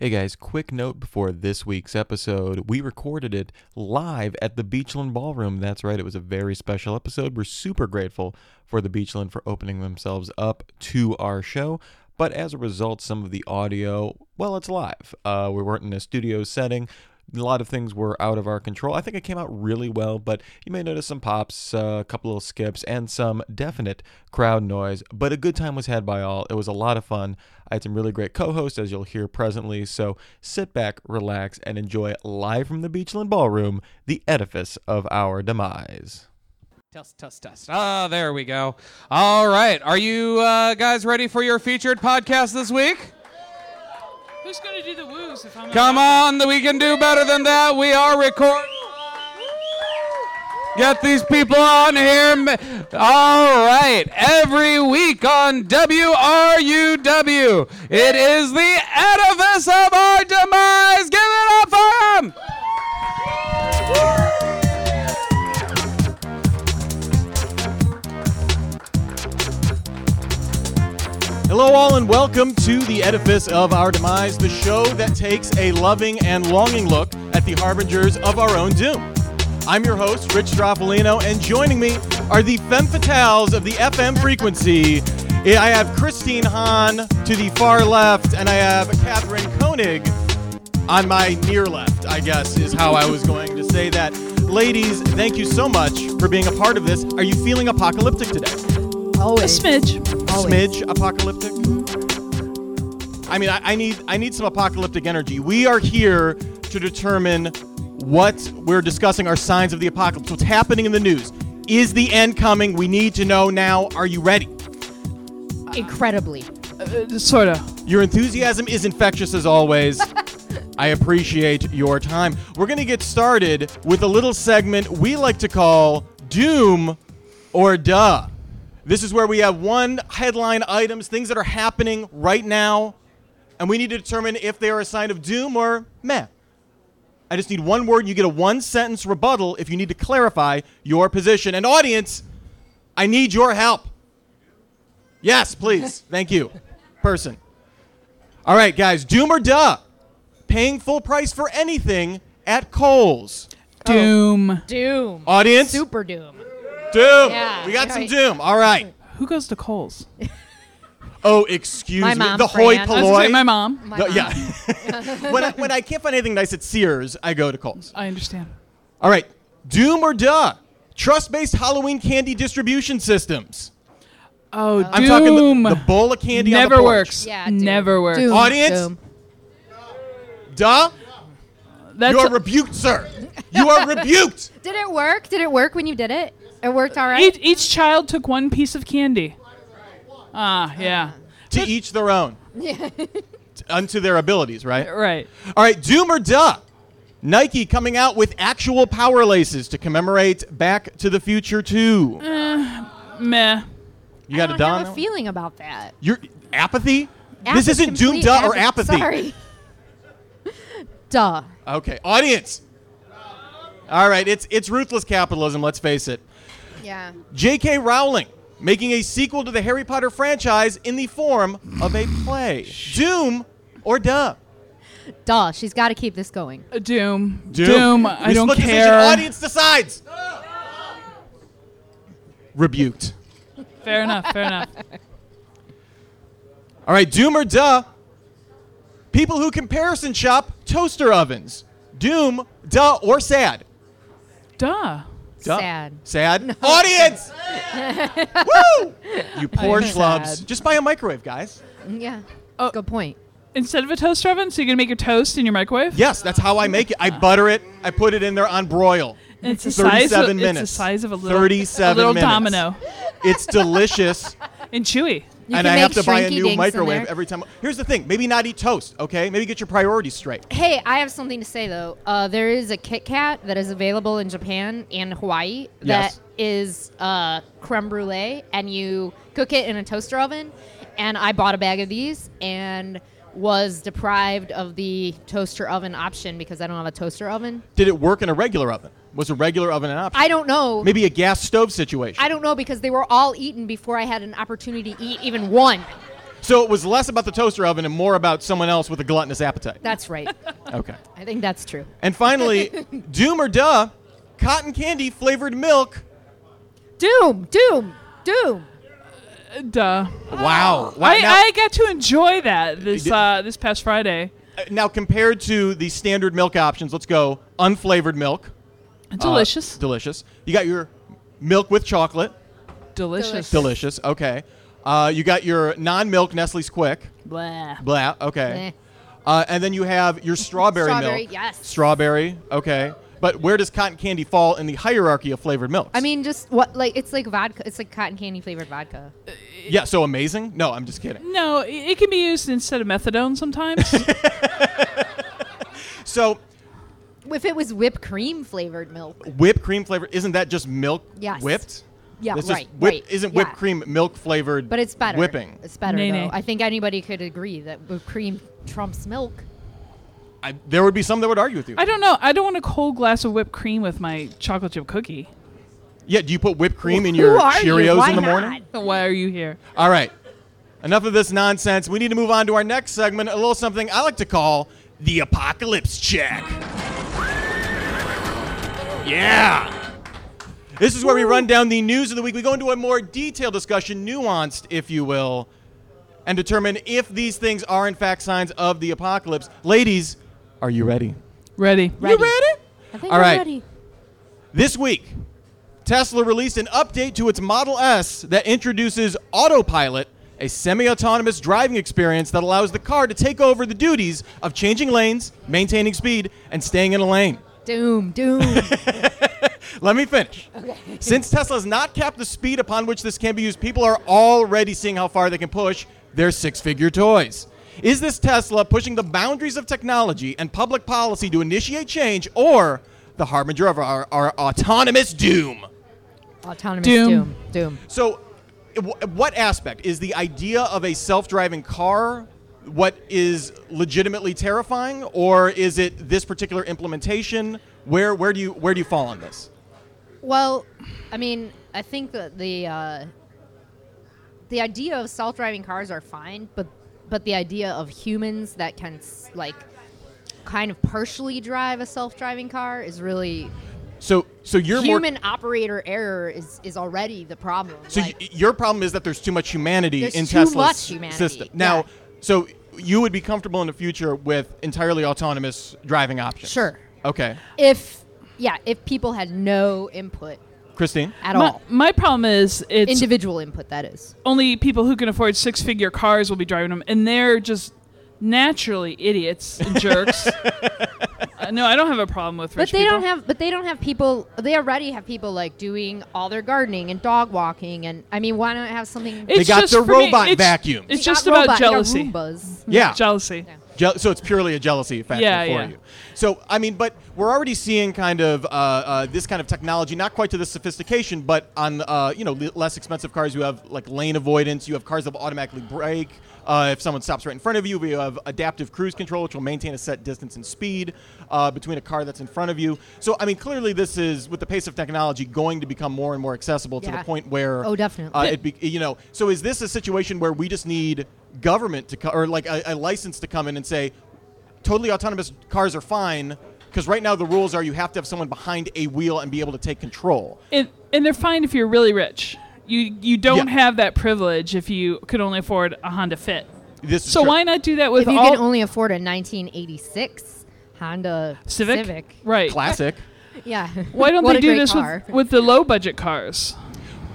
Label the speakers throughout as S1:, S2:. S1: Hey guys, quick note before this week's episode. We recorded it live at the Beachland Ballroom. That's right, it was a very special episode. We're super grateful for the Beachland for opening themselves up to our show. But as a result, some of the audio, well, it's live. Uh, we weren't in a studio setting. A lot of things were out of our control. I think it came out really well, but you may notice some pops, uh, a couple little skips, and some definite crowd noise. But a good time was had by all. It was a lot of fun. I had some really great co hosts, as you'll hear presently. So sit back, relax, and enjoy live from the Beachland Ballroom the edifice of our demise.
S2: Test, test, test. Ah, there we go. All right. Are you uh, guys ready for your featured podcast this week?
S3: Who's gonna do the woos if I'm
S2: Come on, we can do better than that. We are recording. Get these people on here. Ma- All right. Every week on WRUW, it is the edifice of our demise. Give it up for him.
S1: Hello, all, and welcome to the edifice of our demise, the show that takes a loving and longing look at the harbingers of our own doom. I'm your host, Rich Straffolino, and joining me are the femme fatales of the FM frequency. I have Christine Hahn to the far left, and I have Catherine Koenig on my near left, I guess, is how I was going to say that. Ladies, thank you so much for being a part of this. Are you feeling apocalyptic today?
S3: A
S4: Always.
S3: smidge.
S4: Always.
S1: smidge apocalyptic? I mean, I, I need I need some apocalyptic energy. We are here to determine what we're discussing are signs of the apocalypse. What's happening in the news? Is the end coming? We need to know now. Are you ready?
S4: Incredibly.
S3: Sorta.
S1: Your enthusiasm is infectious as always. I appreciate your time. We're going to get started with a little segment we like to call Doom or Duh. This is where we have one headline items, things that are happening right now, and we need to determine if they are a sign of doom or meh. I just need one word. You get a one sentence rebuttal if you need to clarify your position. And audience, I need your help. Yes, please. Thank you. Person. All right, guys, doom or duh? Paying full price for anything at Kohl's.
S3: Doom.
S4: Doom.
S1: Audience,
S4: Super doom.
S1: doom.
S4: Yeah,
S1: we got some
S4: right.
S1: doom. All right.
S3: Who goes to Coles?
S1: Oh, excuse
S4: My
S1: me.
S4: mom,
S1: the hoi
S4: Fran. I was gonna
S1: polloi.
S3: my mom.
S4: My
S1: The-
S4: mom.
S1: yeah. when, I, when I can't find anything nice at Sears, I go to Kohl's.
S3: I understand.
S1: All right. Doom or duh? Trust-based Halloween candy distribution systems.
S3: Oh,
S1: I'm
S3: Doom.
S1: talking the, the bowl of candy on the
S3: Never
S1: porch.
S3: works.
S4: Yeah, Doom.
S3: Never works.
S4: Doom.
S1: Audience?
S4: Doom.
S1: Duh?
S3: That's
S1: you are rebuked, sir. You are rebuked.
S4: Did it work? Did it work when you did it? It worked all right.
S3: each, each child took one piece of candy. Ah, yeah.
S1: To each their own. Unto their abilities, right?
S3: Right.
S1: All right, doom or duh? Nike coming out with actual power laces to commemorate Back to the Future 2.
S3: Meh.
S1: you
S4: Mm, I
S1: got a
S4: don't
S1: duh on
S4: have
S1: that
S4: a
S1: one?
S4: feeling about that.
S1: Your apathy?
S4: App
S1: This
S4: is
S1: isn't doom,
S4: complete
S1: duh, or
S4: app-
S1: apathy.
S4: Sorry. duh.
S1: Okay, audience. All right, it's it's ruthless capitalism. Let's face it.
S4: Yeah.
S1: J.K. Rowling making a sequel to the Harry Potter franchise in the form of a play. Doom or duh?
S4: Duh. She's got to keep this going.
S3: Uh, Doom. Doom. I
S1: We
S3: don't
S1: split decision.
S3: care.
S1: Audience decides. Rebuked.
S3: Fair enough. Fair enough.
S1: All right, doom or duh? People who comparison shop toaster ovens. Doom, duh, or sad?
S3: Duh.
S1: Duh.
S4: Sad.
S1: Sad. Audience. Woo! You poor
S4: I'm
S1: schlubs.
S4: sad.
S1: Just buy a microwave, guys.
S4: Yeah.
S3: Oh.
S4: Good point.
S3: Instead of a toaster oven, so you can make your toast in your microwave.
S1: Yes, that's how I make it. I butter it. I put it in there on broil.
S3: It's the size.
S1: 37
S3: Of,
S1: minutes.
S3: It's the size of a little.
S1: 37
S3: a little
S1: minutes.
S3: domino.
S1: It's delicious,
S3: And chewy.
S4: You
S1: and
S4: can
S1: I have
S4: make
S1: to buy a
S4: shrinky
S1: new
S4: dinks in
S1: microwave
S4: there.
S1: every time. Here's the thing: maybe not eat toast. Okay, maybe get your priorities straight.
S4: Hey, I have something to say though. Uh, there is a Kit Kat that is available in Japan and Hawaii that
S1: Yes.
S4: is uh, creme brulee, and you cook it in a toaster oven. And I bought a bag of these and was deprived of the toaster oven option because I don't have a toaster oven.
S1: Did it work in a regular oven? Was a regular oven an option?
S4: I don't know.
S1: maybe a gas stove situation.
S4: I don't know because they were all eaten before I had an opportunity to eat even one.
S5: So it was less about the toaster oven and more about someone else with a gluttonous appetite.
S4: That's right.
S5: Okay.
S4: I think that's true.
S5: And finally, doom or duh, cotton candy flavored milk.
S4: Doom, doom, doom.
S3: Duh.
S5: Wow. wow.
S3: Oh. I,
S5: now,
S3: I got to enjoy that this
S5: did-
S3: uh, this past Friday.
S5: uh, now compared to the standard milk options, let's go unflavored milk. Uh,
S3: Delicious.
S5: delicious. You got your milk with chocolate.
S3: delicious.
S5: Delicious. Okay. Uh, you got your non-milk Nestle's Quick.
S4: Blah.
S5: Blah. Okay. Uh, and then you have your strawberry,
S4: Strawberry,
S5: milk.
S4: yes.
S5: Strawberry. Okay. But where does cotton candy fall in the hierarchy of flavored milks?
S4: I mean, just what like it's like vodka. It's like cotton candy flavored vodka.
S5: yeah. So amazing? No, I'm just kidding.
S3: No, it, it can be used instead of methadone sometimes.
S5: So
S4: If it was whipped cream flavored milk,
S5: whipped cream flavor isn't that just milk
S4: Yes.
S5: whipped?
S4: yeah,
S5: That's
S4: right,
S5: just whip,
S4: right,
S5: Isn't
S4: yeah.
S5: whipped cream milk flavored?
S4: but it's better.
S5: Whipping.
S4: It's better
S3: Nay,
S4: though.
S3: nay.
S4: I think anybody could agree that whipped cream trumps milk.
S5: I, there would be some that would argue with you.
S3: I don't know. I don't want a cold glass of whipped cream with my chocolate chip cookie.
S5: yeah. Do you put whipped cream in
S4: Who
S5: your
S4: are you?
S5: Cheerios
S4: Why
S5: in the
S4: not?
S5: morning?
S3: Why are you here?
S5: All right. Enough of this nonsense. We need to move on to our next segment, a little something I like to call the apocalypse check. Yeah. This is where we run down the news of the week. We go into a more detailed discussion, nuanced, if you will, and determine if these things are in fact signs of the apocalypse. Ladies, are you ready?
S3: Ready.
S5: You ready?
S4: I think
S5: All
S4: I'm
S5: right.
S4: ready.
S5: This week, Tesla released an update to its Model S that introduces Autopilot, a semi autonomous driving experience that allows the car to take over the duties of changing lanes, maintaining speed, and staying in a lane.
S4: Doom, doom.
S5: Let me finish. Since Tesla has not capped the speed upon which this can be used, people are already seeing how far they can push their six figure toys. Is this Tesla pushing the boundaries of technology and public policy to initiate change or the harbinger of our, our autonomous doom?
S4: Autonomous
S3: Doom.
S4: doom, doom.
S5: So, w- what aspect is the idea of a self-driving car? What is legitimately terrifying, or is it this particular implementation? Where where do you where do you fall on this?
S4: Well, I mean, I think that the uh, the idea of self-driving cars are fine, but but the idea of humans that can s- like kind of partially drive a self-driving car is really
S5: So so you're
S4: human operator error is is already the problem.
S5: So
S4: Like,
S5: y- your problem is that there's too much humanity
S4: There's
S5: in
S4: too
S5: Tesla's
S4: much
S5: s-
S4: humanity,
S5: system. Now,
S4: yeah.
S5: so you would be comfortable in the future with entirely autonomous driving options.
S4: Sure.
S5: Okay,
S4: if yeah, if people had no input
S5: Christine.
S4: at
S3: My,
S4: all,
S3: my problem is it's
S4: individual input that is.
S3: only people who can afford six figure cars will be driving them, and they're just naturally idiots and jerks. Uh, no, I don't have a problem with
S4: But
S3: rich
S4: they
S3: people.
S4: don't have. But they don't have people. They already have people like doing all their gardening and dog walking. And I mean, why not have something?
S3: It's
S5: got
S3: just
S5: their
S3: for me,
S5: robot
S3: it's-
S5: vacuums.
S3: It's
S4: They
S3: just
S4: got
S3: about
S4: robot- they got
S3: jealousy.
S4: Roombas.
S5: Yeah.
S3: Jealousy.
S5: Je- so it's purely a jealousy factor
S3: Yeah,
S5: for
S3: yeah.
S5: you. So I mean, but we're already seeing kind of uh, uh, this kind of technology, not quite to this sophistication, but on uh, you know l- less expensive cars, you have like lane avoidance, you have cars that will automatically brake. Uh, if someone stops right in front of you, you have adaptive cruise control, which will maintain a set distance and speed uh, between a car that's in front of you. So, I mean, clearly, this is with the pace of technology going to become more and more accessible to
S4: Yeah.
S5: the point where
S4: Oh, definitely.
S5: uh, it be, you know, so is this a situation where we just need government to co- or like a, a license to come in and say, totally autonomous cars are fine? Because right now the rules are you have to have someone behind a wheel and be able to take control.
S3: and and they're fine if you're really rich. You you don't
S5: Yeah.
S3: have that privilege if you could only afford a Honda Fit.
S5: This is
S3: So
S5: true.
S3: why not do that with
S4: if you
S3: all
S4: can only afford a 1986 Honda
S3: Civic? Right.
S5: classic?
S4: Yeah.
S3: Why don't
S4: What
S3: they
S4: a
S3: do
S4: great
S3: this
S4: car.
S3: with with the low budget cars?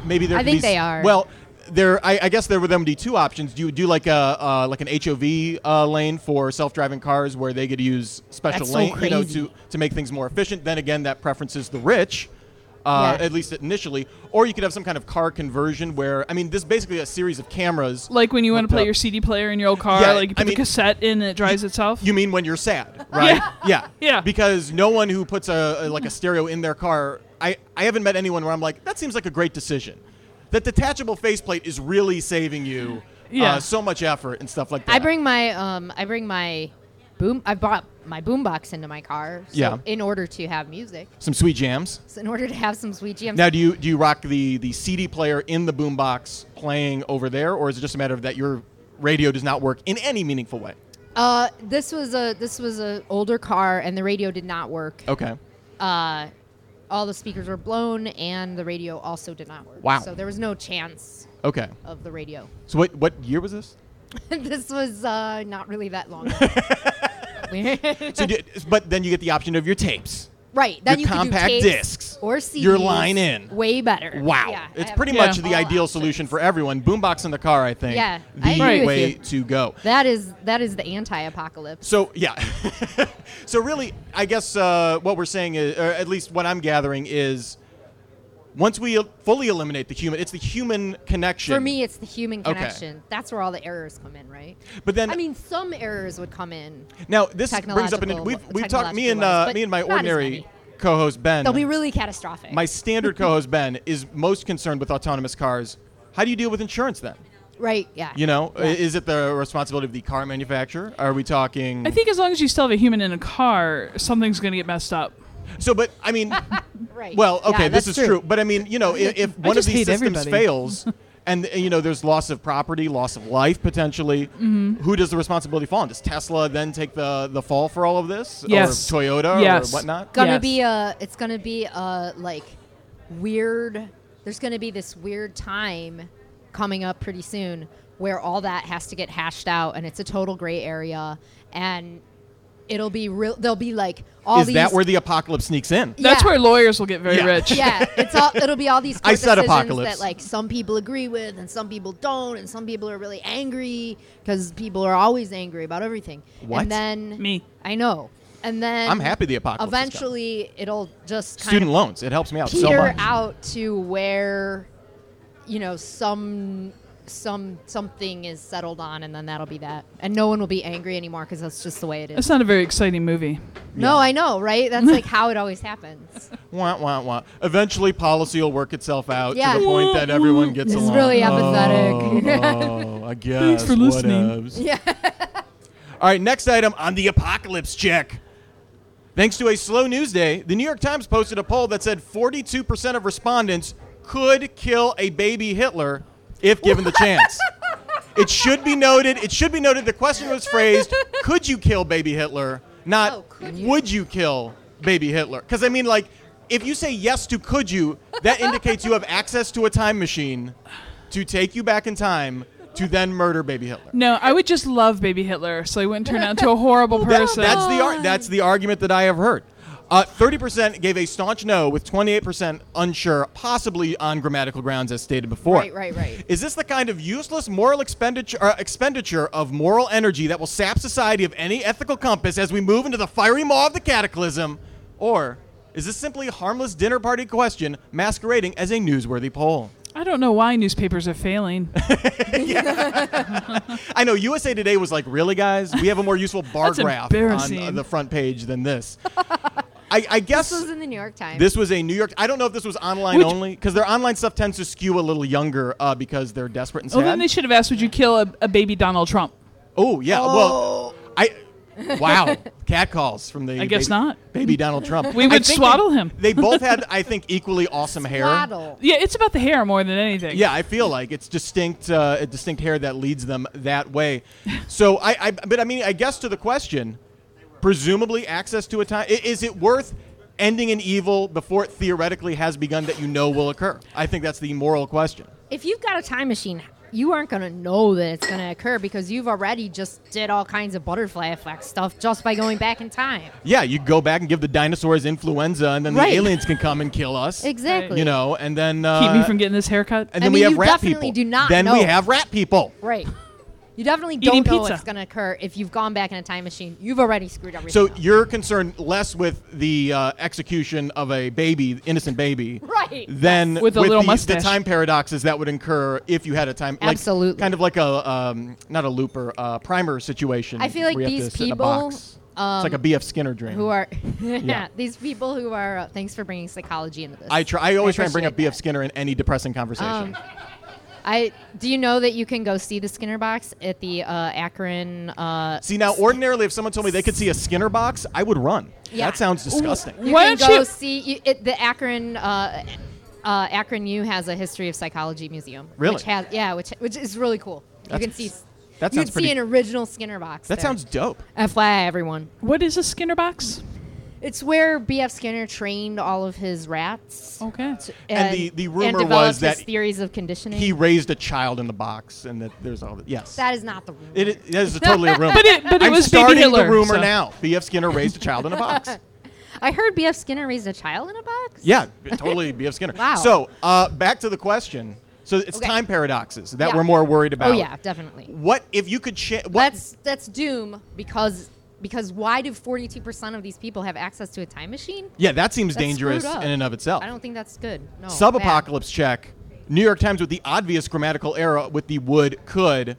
S5: Maybe there.
S4: I
S5: could
S4: think
S5: be s-
S4: they are.
S5: Well, there. I, I guess there would then be two options. Do you do like a uh, like an HOV uh, lane for self-driving cars where they could use special
S4: That's so
S5: lane, you know,
S4: crazy.
S5: to to make things more efficient? Then again, that preferences the rich. Uh,
S4: Yeah.
S5: At least initially, or you could have some kind of car conversion where I mean, this is basically a series of cameras.
S3: Like when you want
S5: hooked
S3: to play
S5: up.
S3: your CD player in your old car,
S5: Yeah,
S3: like you
S5: I
S3: put the
S5: mean-
S3: cassette in and it drives itself.
S5: You mean when you're sad, right? Yeah.
S3: Yeah.
S5: Because no one who puts a, a- like a stereo in their car, I, I haven't met anyone where I'm like, that seems like a great decision. That detachable faceplate is really saving you
S3: Yeah.
S5: uh, so much effort and stuff like that.
S4: I bring my um I bring my boom I bought my boombox into my car. So
S5: Yeah.
S4: In order to have music,
S5: some sweet jams.
S4: so in order to have some sweet jams.
S5: Now, do you do you rock the the CD player in the boombox playing over there, or is it just a matter of that you're radio does not work in any meaningful way.
S4: Uh, this was a this was an older car, and the radio did not work.
S5: Okay.
S4: Uh, all the speakers were blown, and the radio also did not work.
S5: Wow.
S4: So there was no chance
S5: Okay.
S4: of the radio.
S5: So what what year was this?
S4: this was uh, not really that long. ago.
S5: So, did- but then you get the option of your tapes.
S4: right. Then you
S5: Your
S4: could do
S5: compact
S4: tapes
S5: discs.
S4: or CDs.
S5: Your line in.
S4: Way better.
S5: Wow,
S4: Yeah, I
S5: it's
S4: have
S5: pretty
S3: Yeah.
S5: much the
S4: all
S5: ideal
S4: options.
S5: solution for everyone. Boombox in the car, I think.
S4: Yeah,
S5: the
S4: I agree
S3: with
S5: way
S4: you.
S5: to go.
S4: That is that is the anti-apocalypse.
S5: So yeah, so really, I guess uh, what we're saying is, or at least what I'm gathering is, once we el- fully eliminate the human, it's the human connection.
S4: For me, it's the human
S5: Okay.
S4: connection. That's where all the errors come in, right?
S5: but then
S4: I mean, some errors would come in.
S5: now this brings up an
S4: technological-
S5: we've we've talked me and
S4: technological-wise,
S5: uh,
S4: but
S5: me and my
S4: not as
S5: ordinary
S4: many.
S5: co-host Ben.
S4: They'll be really catastrophic.
S5: my standard co-host Ben is most concerned with autonomous cars. How do you deal with insurance then?
S4: right? Yeah.
S5: You know,
S4: Yeah.
S5: is it the responsibility of the car manufacturer? Are we talking?
S3: I think as long as you still have a human in a car, something's going to get messed up.
S5: so, but I mean,
S4: Right.
S5: well,
S4: Yeah,
S5: okay, this
S4: that's
S5: is true. But I mean, you know, if, if one of
S6: just
S5: these
S6: hate
S5: systems
S6: everybody.
S5: fails, and you know, there's loss of property, loss of life potentially. Who does the responsibility fall on? Does Tesla then take the the fall for all of this?
S3: Yes.
S5: Or Toyota
S3: Yes.
S5: or whatnot?
S4: Gonna
S3: Yes.
S4: be a. It's gonna be a like weird. There's gonna be this weird time coming up pretty soon where all that has to get hashed out, and it's a total gray area, and it'll be real. There'll be like all
S5: Is
S4: these.
S5: that where the apocalypse sneaks in?
S4: Yeah.
S3: That's where lawyers will get very
S5: Yeah.
S3: rich.
S4: yeah, it's all. It'll be all these.
S5: I
S4: court
S5: said
S4: decisions
S5: apocalypse.
S4: that like some people agree with and some people don't, and some people are really angry because people are always angry about everything.
S5: What?
S4: And then
S3: Me.
S4: I know. And then
S5: I'm happy the apocalypse. is coming.
S4: Eventually, it'll just kind
S5: student
S4: of
S5: loans. It helps me out
S4: peter
S5: so much.
S4: out to where, you know, some some something is settled on, and then that'll be that, and no one will be angry anymore because that's just the way it is.
S3: That's not a very exciting movie.
S4: No, I know, right? That's like how it always happens.
S5: Wah, wah, wah. Eventually, policy will work itself out
S4: Yeah.
S5: to the point that everyone gets
S4: This is
S5: along.
S4: really apathetic.
S5: Oh, oh, I guess.
S3: Thanks for listening.
S5: whatevs. All right, next item on the apocalypse check. Thanks to a slow news day, the New York Times posted a poll that said 42% of respondents could kill a baby Hitler if given the chance. It should be noted, it should be noted the question was phrased, could you kill baby Hitler? Not
S4: Oh, could you?
S5: would you kill baby Hitler? Cuz I mean like if you say yes to could you, that indicates you have access to a time machine to take you back in time to then murder baby Hitler.
S3: No, I would just love Baby Hitler so he wouldn't turn out into a horrible person.
S5: That's the ar- that's the argument that I have heard. Uh, Thirty percent gave a staunch no, with twenty-eight percent unsure, possibly on grammatical grounds, as stated before.
S4: Right, right, right.
S5: Is this the kind of useless moral expenditure uh, expenditure of moral energy that will sap society of any ethical compass as we move into the fiery maw of the cataclysm, or is this simply a harmless dinner party question masquerading as a newsworthy poll?
S3: I don't know why newspapers are failing.
S5: I know USA Today was like, really, guys? We have a more useful bar
S3: That's
S5: graph on uh,
S3: embarrassing.
S5: the front page than this. I, I guess
S4: This was in the New York Times.
S5: This was a New York. I don't know if this was online
S3: Would-
S5: only because their online stuff tends to skew a little younger uh, because they're desperate and
S3: Oh,
S5: sad.
S3: then they should have asked, would you kill a, a baby Donald Trump?
S5: oh yeah. Well, I. Wow, cat calls from the.
S3: I guess
S5: baby,
S3: not.
S5: Baby Donald Trump.
S3: We
S5: I
S3: would
S5: think
S3: swaddle
S5: they-
S3: him.
S5: They both had, I think, equally awesome hair.
S4: Waddle.
S3: Yeah, it's about the hair more than anything.
S5: Yeah, I feel like it's distinct, uh, a distinct hair that leads them that way. So I, I, but I mean, I guess to the question, presumably access to a time, i- is it worth ending an evil before it theoretically has begun that you know will occur? I think that's the moral question.
S4: if you've got a time machine, you aren't going to know that it's going to occur because you've already just did all kinds of butterfly effect stuff just by going back in time.
S5: Yeah, you go back and give the dinosaurs influenza, and then
S4: Right.
S5: the aliens can come and kill us.
S4: Exactly.
S5: You know, and then uh,
S3: Keep me from getting this haircut.
S5: And
S4: I
S5: then we
S4: mean,
S5: have
S4: you
S5: rat
S4: definitely
S5: people.
S4: do not
S5: Then we
S4: know.
S5: have rat people.
S4: Right. You definitely
S3: Eating
S4: don't know
S3: pizza.
S4: what's going to occur if you've gone back in a time machine. You've already screwed everything
S5: So
S4: up.
S5: you're concerned less with the uh, execution of a baby, innocent baby,
S4: Right.
S5: Than
S3: With a little
S5: the, the
S3: mustache.
S5: time paradoxes that would incur if you had a time. Like,
S4: Absolutely.
S5: Kind of like a um, not a looper, uh, primer situation.
S4: I feel like
S5: where you
S4: these
S5: have to sit in a
S4: people,
S5: box. it's like a B.F. Skinner dream.
S4: Who are
S5: Yeah.
S4: these people who are? Uh, thanks for bringing psychology into this.
S5: I try. I always try and bring up
S4: appreciate
S5: B.F. Skinner in any depressing
S4: Um,
S5: conversation.
S4: I do you know that you can go see the Skinner box at the uh, Akron? Uh,
S5: See now, ordinarily, if someone told me they could see a Skinner box, I would run.
S4: Yeah.
S5: That sounds disgusting.
S4: you
S3: Why
S4: can
S3: don't
S4: go
S3: you-
S4: see you, it, the Akron. Uh, uh, Akron U has a history of psychology museum.
S5: Really?
S4: Which has, yeah, which which is really cool.
S5: That's-
S4: you can see
S5: That
S4: You'd
S5: sounds pretty-
S4: see an original Skinner box.
S5: That
S4: there.
S5: sounds dope.
S4: FYI, everyone.
S3: What is a Skinner box?
S4: It's where B.F. Skinner trained all of his rats.
S3: Okay.
S5: Oh. And the- the rumor
S4: and developed
S5: was that
S4: his theories of conditioning.
S5: He raised a child in the box, and that there's all that. Yes,
S4: that is not the rumor.
S5: it, it is totally a rumor.
S3: But it- but it
S5: I'm
S3: was Baby
S5: starting
S3: Hitler,
S5: the rumor
S3: so-
S5: now. B.F. Skinner raised a child in a box.
S4: I heard B.F. Skinner raised a child in a box.
S5: Yeah, b- totally B.F. Skinner.
S4: Wow.
S5: So uh, back to the question. So it's
S4: Okay.
S5: time paradoxes that
S4: Yeah.
S5: we're more worried about.
S4: Oh yeah, definitely.
S5: What if you could change? What?
S4: That's that's doom because because why do 42% of these people have access to a time machine?
S5: Yeah, that seems
S4: That's
S5: dangerous
S4: screwed
S5: in
S4: up.
S5: and of itself.
S4: I don't think that's good. No. bad.
S5: Subapocalypse check. New York Times with the obvious grammatical error with the would could.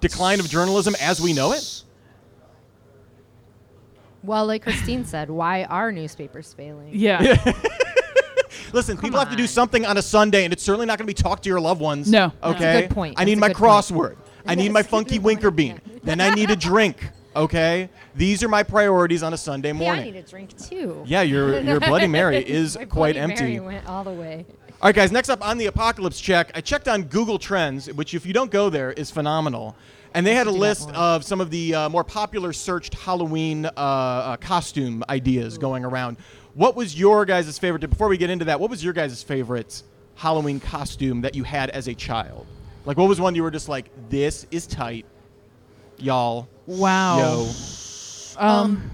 S5: Decline of journalism as we know it.
S4: Well, like Christine said, why are newspapers failing?
S3: Yeah.
S5: Listen, people have to do
S4: on.
S5: something on a Sunday, and it's certainly not going to be talk to your loved ones.
S3: No. No.
S5: Okay.
S4: That's a good point.
S5: I need
S4: That's a
S5: my
S4: good point.
S5: crossword. I need
S4: That's
S5: my
S4: a good
S5: funky
S4: point.
S5: winker bean. Then I need a drink. Okay. These are my priorities on a Sunday
S4: Hey, I
S5: morning.
S4: need a drink too.
S5: Yeah, your your Bloody Mary is
S4: My
S5: quite
S4: Bloody
S5: empty.
S4: Mary went all the way.
S5: All right, guys. Next up on the apocalypse check, I checked on Google Trends, which if you don't go there is phenomenal, and they had a
S4: do that
S5: list
S4: more.
S5: of some of the uh, more popular searched Halloween uh, uh, costume ideas going around. What was your guys' favorite? Before we get into that, what was your guys' favorite Halloween costume that you had as a child? Like, what was one you were just like, "This is tight, y'all."
S3: wow.
S5: Yo.
S4: Oh,
S3: Um,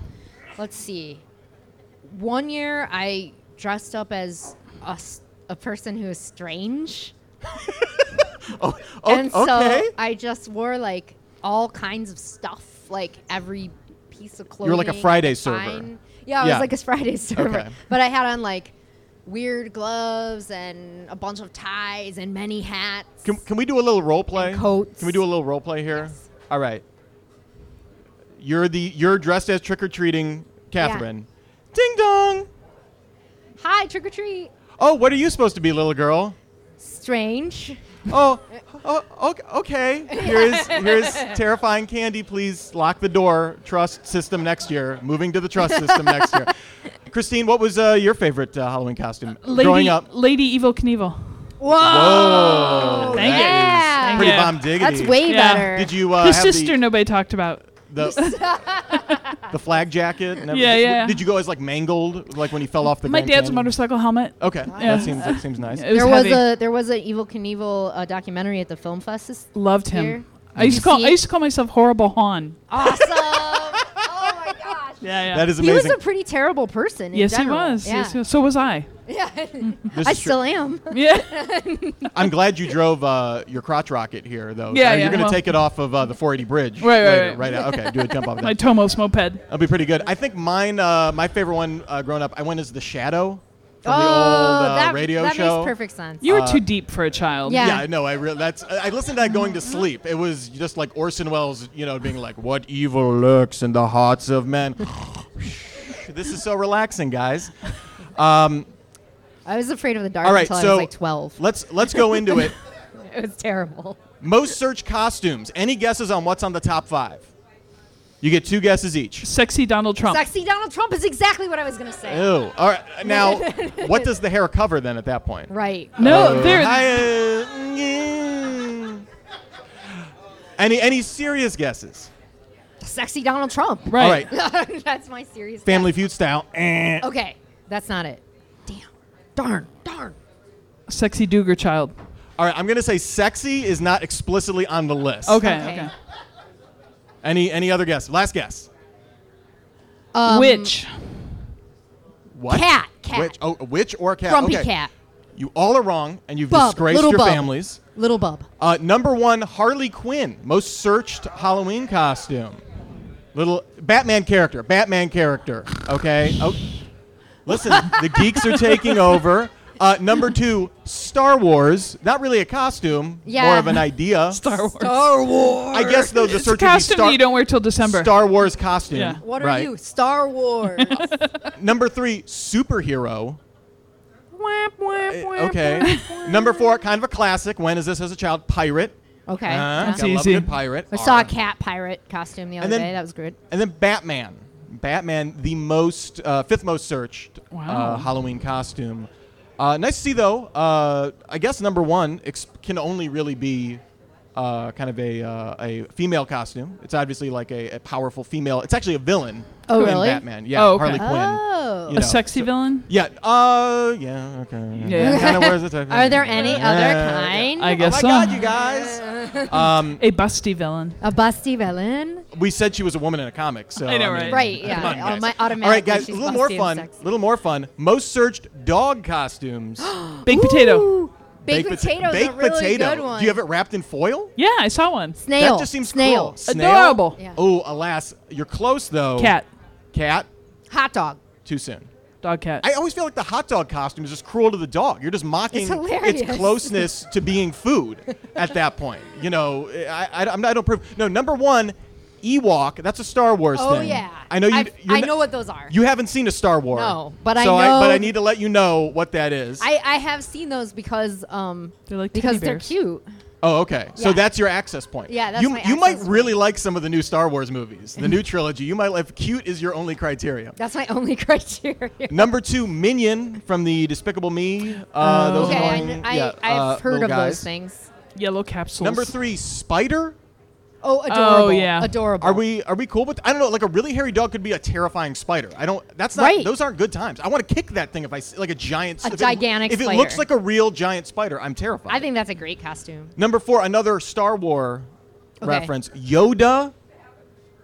S4: Let's see. One year I dressed up as a, s- a person who is strange.
S5: Oh, O-
S4: and
S5: okay.
S4: so I just wore like all kinds of stuff, like every piece of clothing.
S5: were like a Friday
S4: I could
S5: server.
S4: find. Yeah, I
S5: Yeah.
S4: was like a Friday server.
S5: Okay.
S4: But I had on like weird gloves and a bunch of ties and many hats.
S5: Can, can we do a little role play?
S4: And coats.
S5: Can we do a little role play here? All right. You're the you're dressed as trick or treating Catherine. Ding dong.
S4: Hi, trick or treat.
S5: Oh, what are you supposed to be, little girl?
S4: Strange.
S5: Oh, oh, o- okay. Here's here's terrifying candy. Please lock the door. Trust system next year. Moving to the trust system next year. Christine, what was uh, your favorite uh, Halloween costume
S3: Lady,
S5: growing up? Uh,
S3: Lady Evil Knievel.
S4: Whoa.
S5: Whoa,
S3: Thank
S5: Oh, that
S3: you.
S5: is
S4: Thank
S5: Pretty
S3: you.
S5: bomb diggity.
S4: That's way
S3: Yeah.
S4: better.
S5: Did you uh,
S3: His
S5: have the-
S3: sister nobody talked about.
S5: the, the flag jacket. And everything.
S3: Yeah, yeah.
S5: Did you go as like mangled, like when you fell off the?
S3: My
S5: Grand
S3: dad's
S5: Canyon?
S3: motorcycle helmet.
S5: Okay,
S3: Yeah.
S5: that seems that seems nice.
S3: It was
S4: there was
S3: heavy.
S4: a there was an Evil Knievel uh, documentary at the film fest. this-
S3: Loved him.
S4: Here.
S3: I used to
S4: You
S3: call
S4: see
S3: I
S4: it?
S3: used to call myself horrible Han.
S4: Awesome! oh my gosh.
S3: Yeah, yeah.
S5: That is
S4: He was
S5: amazing.
S4: a pretty terrible person. in
S3: yes, he
S4: general.
S3: was.
S4: Yeah.
S3: Yes, he was. So was I.
S4: Yeah.
S5: This
S4: I
S5: is true.
S4: still am.
S3: Yeah.
S5: I'm glad you drove uh, your crotch rocket here, though.
S3: Yeah,
S5: Uh,
S3: yeah,
S5: You're gonna
S3: well-
S5: take it off of uh, the 480 bridge.
S3: Right, right,
S5: later,
S3: right.
S5: out- Okay, do a jump off
S3: My
S5: that.
S3: Tomos moped.
S5: That'll be pretty good. I think mine, uh, my favorite one uh, growing up, I went as the Shadow from the
S4: oh,
S5: old uh,
S4: that,
S5: radio
S4: that
S5: show.
S4: makes perfect sense.
S3: You were
S5: Uh,
S3: too deep for a child.
S4: Yeah.
S5: Yeah, I know. I re- that's I I listened to that going to sleep. It was just like Orson Welles, you know, being like, "What evil lurks in the hearts of men." this is so relaxing, guys. Um,
S4: I was afraid of the dark
S5: all right,
S4: until
S5: so
S4: I was like 12.
S5: let's let's go into it.
S4: It was terrible.
S5: Most search costumes. Any guesses on what's on the top five? You get two guesses each.
S3: Sexy Donald Trump.
S4: Sexy Donald Trump is exactly what I was going to
S5: Ew.
S4: say.
S5: All right. Now, what does the hair cover then at that point?
S4: Right.
S3: no, there.
S5: I, uh, yeah. Any any serious guesses?
S4: Sexy Donald Trump.
S3: right.
S5: All right.
S4: That's my serious.
S5: Family Feud style. Eh.
S4: Okay. That's not it. Damn. Darn. Darn.
S3: Sexy Duger child.
S5: All right, I'm gonna say sexy is not explicitly on the list.
S3: Okay. Okay.
S4: Okay.
S5: Any any other guess? Last guess.
S4: Um,
S3: Witch.
S5: What?
S4: Cat, cat.
S5: Which? Oh, a witch or cat?
S4: Grumpy
S5: okay.
S4: Cat.
S5: You all are wrong, and you've
S4: Bub.
S5: disgraced
S4: little
S5: your
S4: bub.
S5: families.
S4: Little bub.
S5: Uh, number one, Harley Quinn, most searched Halloween costume. Little Batman character. Batman character. Okay. Oh, listen, the geeks are taking over. Uh, number two, Star Wars. Not really a costume,
S4: Yeah.
S5: more of an idea.
S3: Star Wars.
S5: I guess though the
S3: it's a
S5: search
S3: costume
S5: would be Star-
S3: that you don't wear till December.
S5: Star Wars costume.
S3: Yeah.
S4: What are
S5: right.
S4: you? Star Wars.
S5: Number three, superhero.
S3: Wah, wah, wah, wah.
S5: Eh, Okay. Number four, kind of a classic. When is this as a child? Pirate.
S4: okay.
S5: Uh,
S4: yeah.
S5: gotta love a
S3: easy.
S5: good pirate.
S4: I saw
S5: R.
S4: a cat pirate costume the other
S5: And then-
S4: day. That was good.
S5: And then Batman. Batman, the most uh, fifth most searched
S3: Wow.
S5: uh, Halloween costume. Uh, nice to see though. Uh, I guess number one ex- can only really be uh, kind of a uh, a female costume. It's obviously like a, a powerful female. It's actually a villain.
S4: Oh,
S5: in
S4: really?
S5: Batman. Yeah,
S3: Oh, okay.
S5: Harley Quinn.
S4: Oh.
S5: you
S3: a
S5: know,
S3: sexy
S5: so-
S3: villain.
S5: Yeah. Uh. Yeah. Okay.
S3: Yeah.
S5: Kinda wears a type of-
S4: Are there any
S5: Yeah.
S4: other kind?
S3: I guess
S5: Oh
S3: so.
S5: my God, you guys! Um,
S3: a busty villain.
S4: a busty villain?
S5: we said she was a woman in a comic, so
S3: I know,
S5: mean,
S3: right?
S4: Right, yeah.
S5: Come on,
S4: Oh,
S5: guys.
S4: my, automatically
S5: All right, guys, a
S4: she's
S5: little more
S4: busty and
S5: fun.
S4: sexy.
S5: A little more fun. Most searched dog costumes.
S3: Baked potato.
S4: Ooh, Baked,
S5: pot-
S4: potatoes.
S5: Baked
S4: a really
S5: potato.
S4: Good one.
S5: Do you have it wrapped in foil?
S3: Yeah, I saw one.
S4: Snail.
S5: That just seems
S4: snail.
S5: cruel. Snail?
S3: Adorable.
S4: Yeah.
S5: Oh, alas, you're close though.
S3: Cat.
S5: Cat.
S4: Hot dog.
S5: Too soon.
S3: Dog cat.
S5: I always feel like the hot dog costume is just cruel to the dog. You're just mocking
S4: It's hilarious.
S5: closeness to being food at that point. You know, I, I, I'm not- I don't prove. No, number one, Ewok. That's a Star Wars
S4: Oh,
S5: thing.
S4: yeah.
S5: I know you.
S4: I've-
S5: you're
S4: I
S5: not-
S4: know what those are.
S5: You haven't seen a Star Wars.
S4: No, but I
S5: so I, but
S4: know-
S5: I need to let you know what that is.
S4: I, I have seen those because um
S3: They're like
S4: because
S3: teddy
S4: they're
S3: bears.
S4: cute.
S5: oh, okay. So
S4: Yeah.
S5: that's your access point.
S4: Yeah, that's
S5: you.
S4: my
S5: you might
S4: access
S5: really like some of the new Star Wars movies, the new trilogy. You might like. Cute is your only criteria.
S4: That's my only criteria.
S5: Number two, Minion from the Despicable Me. Uh, those
S4: okay, I,
S5: annoying,
S4: I,
S5: yeah,
S4: I've
S5: uh,
S4: heard
S5: little
S4: of
S5: guys.
S4: those things.
S3: Yellow capsules.
S5: Number three, Spider.
S4: Oh, adorable.
S3: yeah.
S4: Adorable.
S5: Are we are we cool with? I don't know. Like a really hairy dog could be a terrifying spider. I don't. That's not.
S4: Right.
S5: Those aren't good times. I want to kick that thing if I see like a giant.
S4: A
S5: if it-
S4: gigantic
S5: If it
S4: spider.
S5: looks like a real giant spider, I'm terrified.
S4: I think that's a great costume.
S5: Number four, another Star War
S4: Okay.
S5: reference. Yoda.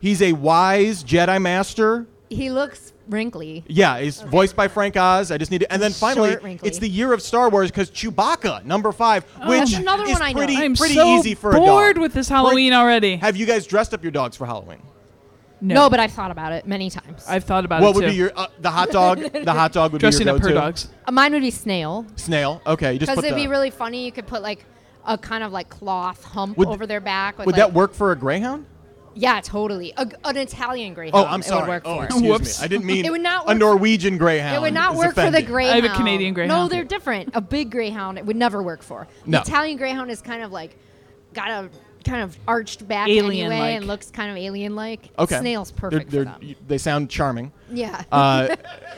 S5: He's a wise Jedi master.
S4: He looks wrinkly.
S5: Yeah, he's voiced by Frank Oz. I just need to, and then finally,
S4: Short, wrinkly. Oh,
S5: it's the year of Star Wars because Chewbacca, number five, which
S4: that's another
S5: is
S4: one I know.
S5: pretty,
S3: I'm
S5: pretty
S3: so
S5: easy for a dog.
S3: bored with this Halloween already.
S5: Have you guys dressed up your dogs for Halloween?
S4: No. but I've thought about it many times.
S3: I've thought about
S5: What
S3: it too.
S5: would be your uh, the hot dog? The hot dog would
S3: dressing
S5: be your
S3: up her
S5: go-to?
S3: dogs?
S4: Uh, Mine would be snail
S5: Snail. Okay, you just
S4: because
S5: put
S4: it'd
S5: the,
S4: be really funny. You could put like a kind of like cloth hump
S5: Would-
S4: over their back. With,
S5: Would
S4: like-
S5: that work for a greyhound?
S4: Yeah, totally. A, an Italian
S5: Oh,
S4: greyhound.
S5: I'm
S4: It would
S5: sorry.
S4: work
S5: Oh,
S4: for.
S5: excuse
S3: Whoops.
S5: me. I didn't mean
S4: It would not
S5: a
S4: work-
S5: Norwegian greyhound.
S4: It would not
S5: is
S4: work for the
S5: offended.
S4: greyhound.
S3: Canadian
S4: No,
S3: greyhound.
S4: they're different. A big greyhound, it would never work for. The
S5: No.
S4: Italian greyhound is kind of like got a kind of arched back
S3: Alien-like.
S4: anyway and looks kind of alien-like.
S5: Okay.
S4: Snail's perfect
S5: They're,
S4: for
S5: they're,
S4: them.
S5: y- they sound charming.
S4: yeah.
S5: Uh,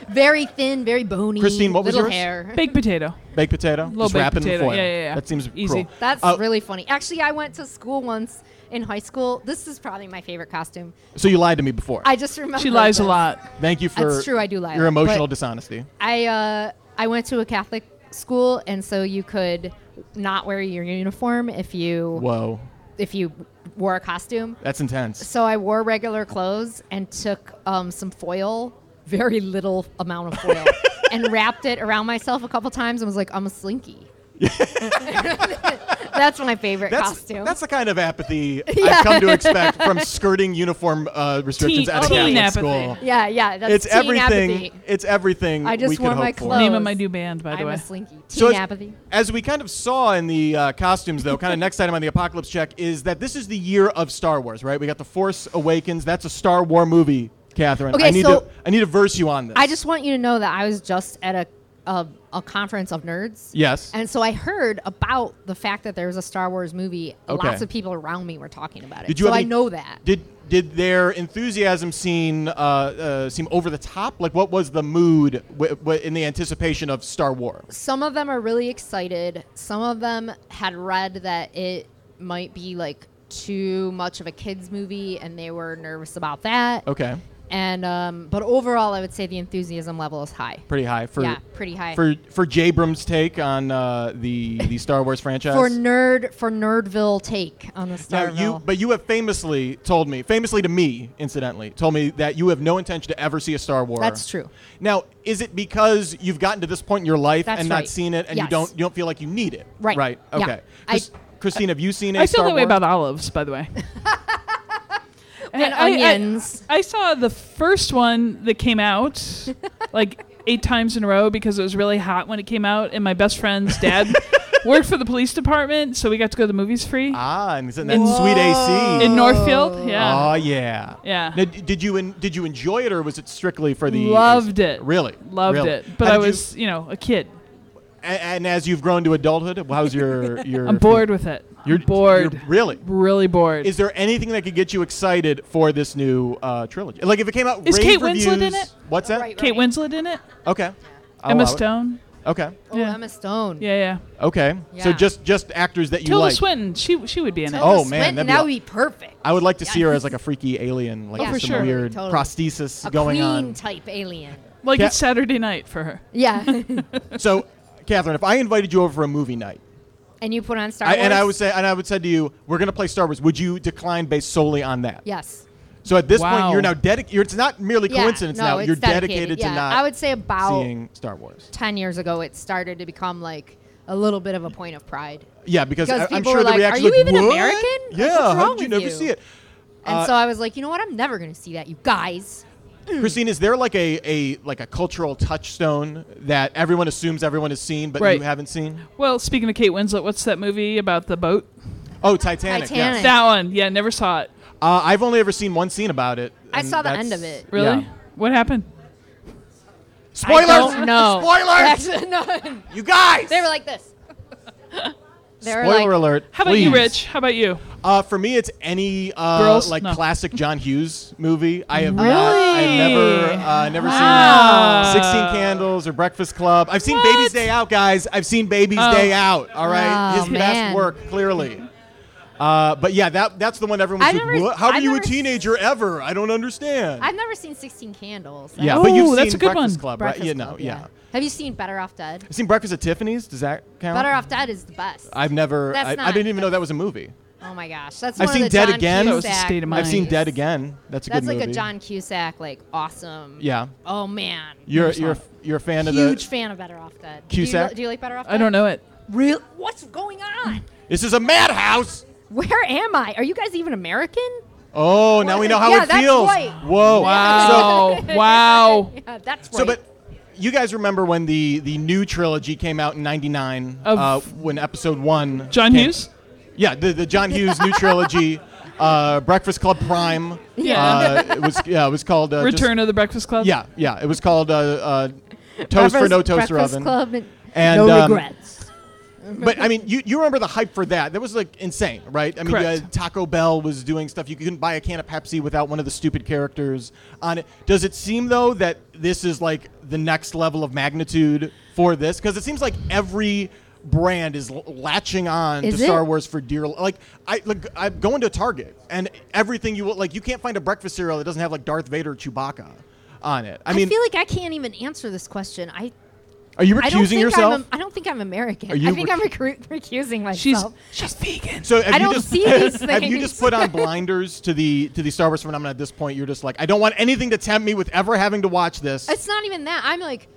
S4: very thin, very bony.
S5: Christine, what was
S4: little
S5: yours?
S4: hair.
S3: Baked potato.
S5: baked potato. just
S3: baked
S5: wrap it in
S3: potato.
S5: foil.
S3: Yeah, yeah, yeah.
S5: That seems
S3: Easy.
S5: cruel.
S4: That's
S5: Uh,
S4: really funny. Actually, I went to school once in high school. This is probably my favorite costume.
S5: So you lied to me before.
S4: I just remember
S3: She lies a
S4: this.
S3: lot.
S5: Thank you for
S4: That's true, I do lie a
S5: your
S4: lot,
S5: emotional
S4: but-
S5: dishonesty.
S4: I uh, I went to a Catholic school, and so you could not wear your uniform if you
S5: Whoa,
S4: if you wore a costume.
S5: that's intense.
S4: So I wore regular clothes and took um, some foil, very little amount of foil, and wrapped it around myself a couple times and was like, I'm a slinky. That's my favorite
S5: That's
S4: costume.
S5: that's the kind of apathy I've come to expect from skirting uniform uh, restrictions
S3: Teen-
S5: at a
S3: teen
S5: Catholic
S3: apathy.
S5: school.
S4: yeah, yeah. That's
S5: It's
S4: teen
S5: everything.
S4: apathy.
S5: It's everything.
S4: I just
S5: we could
S4: want my
S5: hope for.
S4: clothes.
S3: Name of my new band, by the
S4: I'm
S3: way.
S4: a slinky. Teen
S5: So as-
S4: apathy.
S5: As we kind of saw in the uh, costumes, though, kind of next item on the apocalypse check is that this is the year of Star Wars, right? We got the Force Awakens. That's a Star Wars movie, Catherine.
S4: Okay,
S5: I need
S4: so-
S5: to I need to verse you on this.
S4: I just want you to know that I was just at a, a, a conference of nerds.
S5: yes.
S4: And so I heard about the fact that there was a Star Wars movie.
S5: Okay.
S4: Lots of people around me were talking about it.
S5: Did you
S4: so
S5: have
S4: I
S5: any-
S4: know that.
S5: Did did their enthusiasm seem uh, uh, seem over the top? Like, what was the mood w- w- in the anticipation of Star Wars?
S4: Some of them are really excited. Some of them had read that it might be like too much of a kids movie and they were nervous about that.
S5: Okay,
S4: And um, but overall I would say the enthusiasm level is high.
S5: pretty high for
S4: yeah, pretty high.
S5: for for Jabrams' take on uh, the the Star Wars franchise.
S4: For nerd for nerdville take on the
S5: Now
S4: Star
S5: you, but you have famously told me, famously to me, incidentally, told me that you have no intention to ever see a Star Wars.
S4: That's true.
S5: Now, is it because you've gotten to this point in your life
S4: That's
S5: and
S4: right.
S5: not seen it, and you
S4: Yes.
S5: don't you don't feel like you need it?
S4: Right.
S5: Right.
S4: Yeah.
S5: Okay.
S4: I-
S5: Chris- Christine, have you seen it?
S3: I feel that way about olives, by the way.
S4: And
S3: I- I-
S4: onions.
S3: I, saw the first one that came out like eight times in a row because it was really hot when it came out, and my best friend's dad worked for the police department, so we got to go to the movies free
S5: Ah, and it's in that sweet AC.
S3: in Northfield. Yeah,
S5: Oh yeah.
S3: Yeah.
S5: Now, d- did you en- did you enjoy it or was it strictly for the
S3: loved it.
S5: Really?
S3: loved
S5: Really?
S3: it. But
S5: How
S3: I
S5: did you-
S3: was, you, know, a kid.
S5: a- and, as you've grown to adulthood, how's your your
S3: I'm bored with it. I'm
S5: You're
S3: bored.
S5: you're- really?
S3: really bored.
S5: Is there anything that could get you excited for this new uh, trilogy? Like if it came out
S3: Is
S5: rave
S3: Kate Winslet in
S5: reviews-
S3: it?
S5: What's that?
S4: Right.
S3: Kate Winslet in it?
S5: Okay. I'll
S3: Emma
S5: allow it.
S3: Stone.
S5: Okay.
S4: Oh,
S3: Yeah.
S4: Emma Stone.
S3: Yeah, yeah.
S5: Okay. So
S4: Yeah.
S5: just just actors that you
S3: Tilda
S5: like.
S3: Swinton, she she would be in it.
S5: Oh,
S4: oh
S5: man,
S4: man,
S5: that'd be
S4: that
S5: aw-
S4: would be perfect.
S5: I would like to see her as like a freaky alien, like
S4: Yeah,
S5: with
S3: for
S5: some
S3: sure.
S5: weird
S4: Oh, Totally.
S5: prosthesis
S4: a
S5: going
S4: queen
S5: on.
S4: type alien.
S3: Like
S5: Ca-
S3: it's Saturday night for her.
S4: Yeah,
S5: So, Catherine, if I invited you over for a movie night,
S4: and you put on Star
S5: I,
S4: Wars.
S5: and I would say, and I would say to you, we're gonna play Star Wars. Would you decline based solely on that?
S4: yes.
S5: So at this point,
S3: Wow.
S5: you're now dedicated. It's not merely
S4: Yeah,
S5: coincidence
S4: no,
S5: now.
S4: it's
S5: You're dedicated, to
S4: yeah.
S5: not
S4: I would say about
S5: seeing Star Wars.
S4: ten years ago, it started to become like a little bit of a point of pride,
S5: Yeah, because,
S4: Because
S5: I, am
S4: people
S5: sure
S4: were
S5: the
S4: like, "Are
S5: reaction
S4: you
S5: like,
S4: even
S5: "What?
S4: American? Like,
S5: Yeah,
S4: what's
S5: how
S4: wrong
S5: did you
S4: with
S5: never
S4: you?"
S5: see it?
S4: and
S5: Uh,
S4: so I was like, you know what? I'm never going to see that, you guys.
S5: Christine, is there like a, a like a cultural touchstone that everyone assumes everyone has seen, but
S3: Right.
S5: you haven't seen?
S3: Well, speaking of Kate Winslet, what's that movie about the boat?
S5: Oh, Titanic. yes.
S4: Titanic.
S3: That one. Yeah, never saw it.
S5: Uh, I've only ever seen one scene about it.
S4: I
S5: and
S4: saw the
S5: that's-
S4: end of it.
S3: Really?
S5: Yeah.
S3: What happened?
S5: Spoilers!
S4: don't know.
S5: Spoilers!
S4: Actually, no.
S5: you guys!
S4: They were like this. They were
S5: Spoiler
S4: like-
S5: alert.
S3: How about you,
S5: please.
S3: Rich? How about you?
S5: Uh, for me, it's any uh,
S3: Girls?
S5: like
S3: No.
S5: classic John Hughes movie. I have not. I've never,
S3: Really?
S5: uh, never
S3: Wow.
S5: seen Sixteen Candles or Breakfast Club. I've seen Baby's Day Out, guys. I've seen Baby's
S3: Oh.
S5: Day Out. All right,
S4: Oh,
S5: his
S4: man.
S5: best work clearly. Uh, but yeah, that that's the one everyone was
S4: I've
S5: like,
S4: never-
S5: "What? How were
S4: I've
S5: you a
S4: never s-
S5: teenager ever? I don't understand."
S4: I've never seen 16 Candles. I
S5: yeah,
S4: don't-
S5: but
S3: Ooh,
S5: you've
S3: that's
S5: seen
S3: a good
S5: Breakfast
S3: one.
S5: Club,
S4: Breakfast
S5: right? Yeah, no,
S4: Club,
S5: yeah.
S4: Have you seen Better Off Dead?
S5: I've seen Breakfast at Tiffany's. Does that count?
S4: Better Off Dead is the best.
S5: I've never.
S4: That's
S5: I, I
S4: not-
S5: didn't even know that was a movie.
S4: oh my gosh, that's.
S5: I've
S4: one
S5: seen
S4: of the
S5: Dead
S4: John
S5: Again. That
S4: Cusack
S5: was
S3: a state of
S4: movies.
S5: I've seen
S3: Nice.
S5: Dead Again. That's a
S4: That's
S5: good
S4: like
S5: movie.
S4: a John Cusack, like awesome.
S5: Yeah.
S4: Oh man.
S5: You're you're you're a fan of the
S4: Huge fan of Better Off Dead. Do
S5: Cusack?
S4: you, do you like Better Off Dead?
S3: I don't know it.
S4: Real? What's going on?
S5: This is a madhouse.
S4: Where am I? Are you guys even American?
S5: Oh, now we know how
S4: Yeah,
S5: it
S4: that's
S5: feels.
S4: right.
S5: Whoa.
S3: Wow. wow.
S4: Yeah, that's right.
S5: Oh, So, but you guys remember when the the new trilogy came out in '99?
S3: Of-
S5: Uh, when episode one.
S3: John
S5: came-
S3: Hughes?
S5: Yeah, the the John Hughes new trilogy, uh, Breakfast Club Prime.
S3: Yeah.
S5: Uh, it was yeah, it was called uh, just-
S3: Return of the Breakfast Club?
S5: yeah, yeah, it was called uh, uh, Toast for
S4: Breakfast-
S5: No Toaster
S4: Breakfast
S5: Oven.
S4: Club and,
S5: And,
S4: no
S5: um,
S4: regrets.
S5: But I mean, you, you remember the hype for that? That was like insane, right? I mean,
S3: Correct.
S5: uh, Taco Bell was doing stuff. You couldn't buy a can of Pepsi without one of the stupid characters on it. Does it seem though that this is like the next level of magnitude for this? Because it seems like every brand is l- latching on
S4: Is
S5: to
S4: it?
S5: Star Wars for dear li- like I like I'm going to Target and everything you will like you can't find a breakfast cereal that doesn't have like Darth Vader or Chewbacca on it. I,
S4: I,
S5: mean,
S4: feel like I can't even answer this question. I,
S5: are you
S4: I don't
S5: recusing
S4: think
S5: yourself?
S4: I'm. I don't think I'm American.
S5: Are you
S4: I think
S5: recu-
S4: I'm recru- recusing myself.
S3: She's she's vegan.
S5: So have
S4: I
S5: you
S4: don't
S5: just,
S4: see these
S5: Have you just
S4: things.
S5: put on blinders to the to the Star Wars phenomenon at this point? You're just like, I don't want anything to tempt me with ever having to watch this.
S4: It's not even that. I'm like,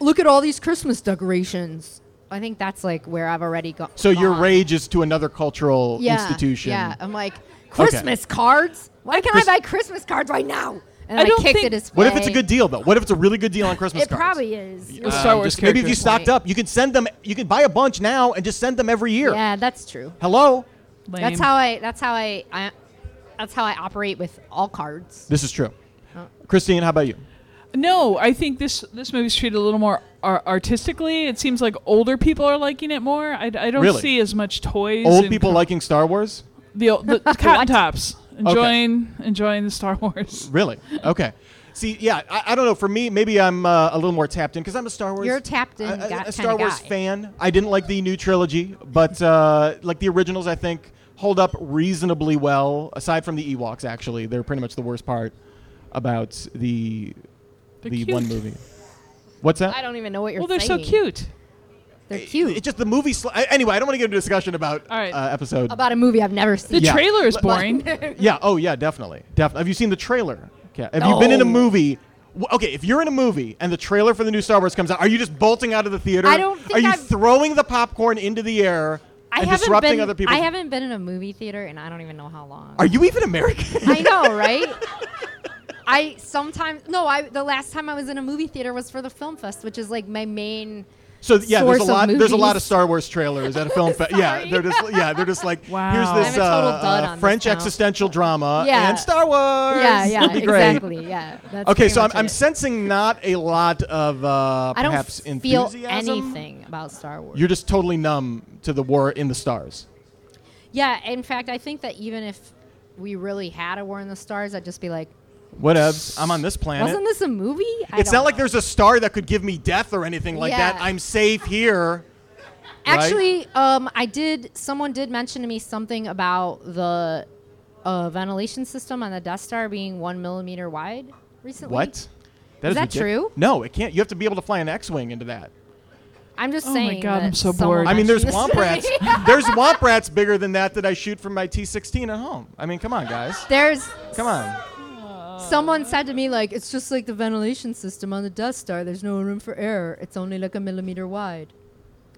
S4: look at all these Christmas decorations. I think that's like where I've already gone.
S5: so your
S4: gone.
S5: rage is to another cultural
S4: yeah,
S5: institution.
S4: Yeah, I'm like Christmas cards. Why can't I buy Christmas cards right now? And
S3: I
S4: I,
S3: don't
S4: kicked
S3: think-
S4: it as
S5: What if it's a good deal though? What if it's a really good deal on Christmas
S4: It
S5: cards?
S4: probably is.
S3: With Star Wars
S5: Just maybe if you
S3: characters.
S5: stocked up, you can send them. You can buy a bunch now and just send them every year.
S4: Yeah, that's true.
S5: Hello,
S3: Lame.
S4: That's how I. That's how I, I. That's how I operate with all cards.
S5: this is true.
S4: Oh.
S5: Christine, how about you?
S3: No, I think this this movie's treated a little more ar- artistically. It seems like older people are liking it more. I, I don't
S5: Really?
S3: see as much toys.
S5: Old
S3: and
S5: people
S3: co-
S5: liking Star Wars.
S3: the, ol- the cotton tops, enjoying enjoying the Star Wars.
S5: Really? Okay. See, yeah, I, I don't know. For me, maybe I'm uh, a little more tapped in because I'm a Star Wars.
S4: You're a tapped in
S5: a- a-
S4: guy-
S5: a Star
S4: kinda
S5: Wars
S4: guy.
S5: fan. I didn't like the new trilogy, but uh, like the originals, I think hold up reasonably well. Aside from the Ewoks, actually, they're pretty much the worst part about the
S3: They're
S5: the
S3: cute.
S5: one movie. What's that?
S4: I don't even know what you're.
S3: Well, they're so
S4: saying.
S3: cute.
S4: They're cute.
S5: It's just the movie. Sl- I- anyway, I don't want to get into a discussion about
S3: All right.
S5: uh, episode.
S4: About a movie I've never
S3: The
S4: seen.
S5: Yeah.
S3: trailer is boring.
S5: yeah. Oh, yeah. Definitely. Def- have you seen the trailer? Okay. Have you been in a
S4: No.
S5: movie? w- Okay, if you're in a movie and the trailer for the new Star Wars comes out, are you just bolting out of the theater?
S4: I don't think
S5: Are you
S4: I've-
S5: throwing the popcorn into the air
S4: I
S5: and
S4: haven't
S5: disrupting
S4: been.
S5: other people?
S4: I haven't been in a movie theater, and I don't even know how long.
S5: Are you even American?
S4: I know, right? I sometimes no. I the last time I was in a movie theater was for the film fest, which is like my main.
S5: so yeah,
S4: Source
S5: there's a
S4: of
S5: lot. There's a lot of
S4: movies.
S5: Star Wars trailers at a film. Fe- yeah,
S4: Sorry.
S5: they're just yeah, they're just like
S3: Wow.
S5: here's this
S4: I'm a total
S5: uh,
S4: dud
S5: uh,
S4: on this
S5: French
S4: now.
S5: existential drama
S4: Yeah.
S5: and Star Wars.
S4: Yeah, yeah,
S5: It'll be great.
S4: exactly. Yeah. That's
S5: Okay,
S4: pretty
S5: so I'm,
S4: much
S5: I'm
S4: it.
S5: sensing not a lot of uh,
S4: I don't
S5: perhaps
S4: feel
S5: enthusiasm.
S4: anything about Star Wars.
S5: You're just totally numb to the war in the stars.
S4: yeah. In fact, I think that even if we really had a War in the Stars, I'd just be like,
S5: Whatevs. I'm on this planet.
S7: Wasn't this a movie? I
S5: it's
S7: don't
S5: not like
S7: know.
S5: there's a star that could give me death or anything like that.
S4: Yeah.
S5: I'm safe here.
S4: Actually, um, I did. Someone did mention to me something about the uh, ventilation system on the Death Star being one millimeter wide recently.
S5: What?
S4: Is that
S5: ridic-
S4: true?
S5: No, it can't. You have to be able to fly an X-wing into that.
S4: I'm just
S3: Oh my
S4: saying.
S3: God,
S4: that
S3: I'm so
S4: someone
S3: bored.
S5: I mean, there's
S4: mentioned
S5: womp
S4: this to
S5: rats.
S4: me.
S5: there's womp rats bigger than that that I shoot from my T16 at home. I mean, come on, guys.
S4: There's
S5: Come on.
S4: someone said to me like it's just like the ventilation system on the Death Star. There's no room for air. It's only like a millimeter wide.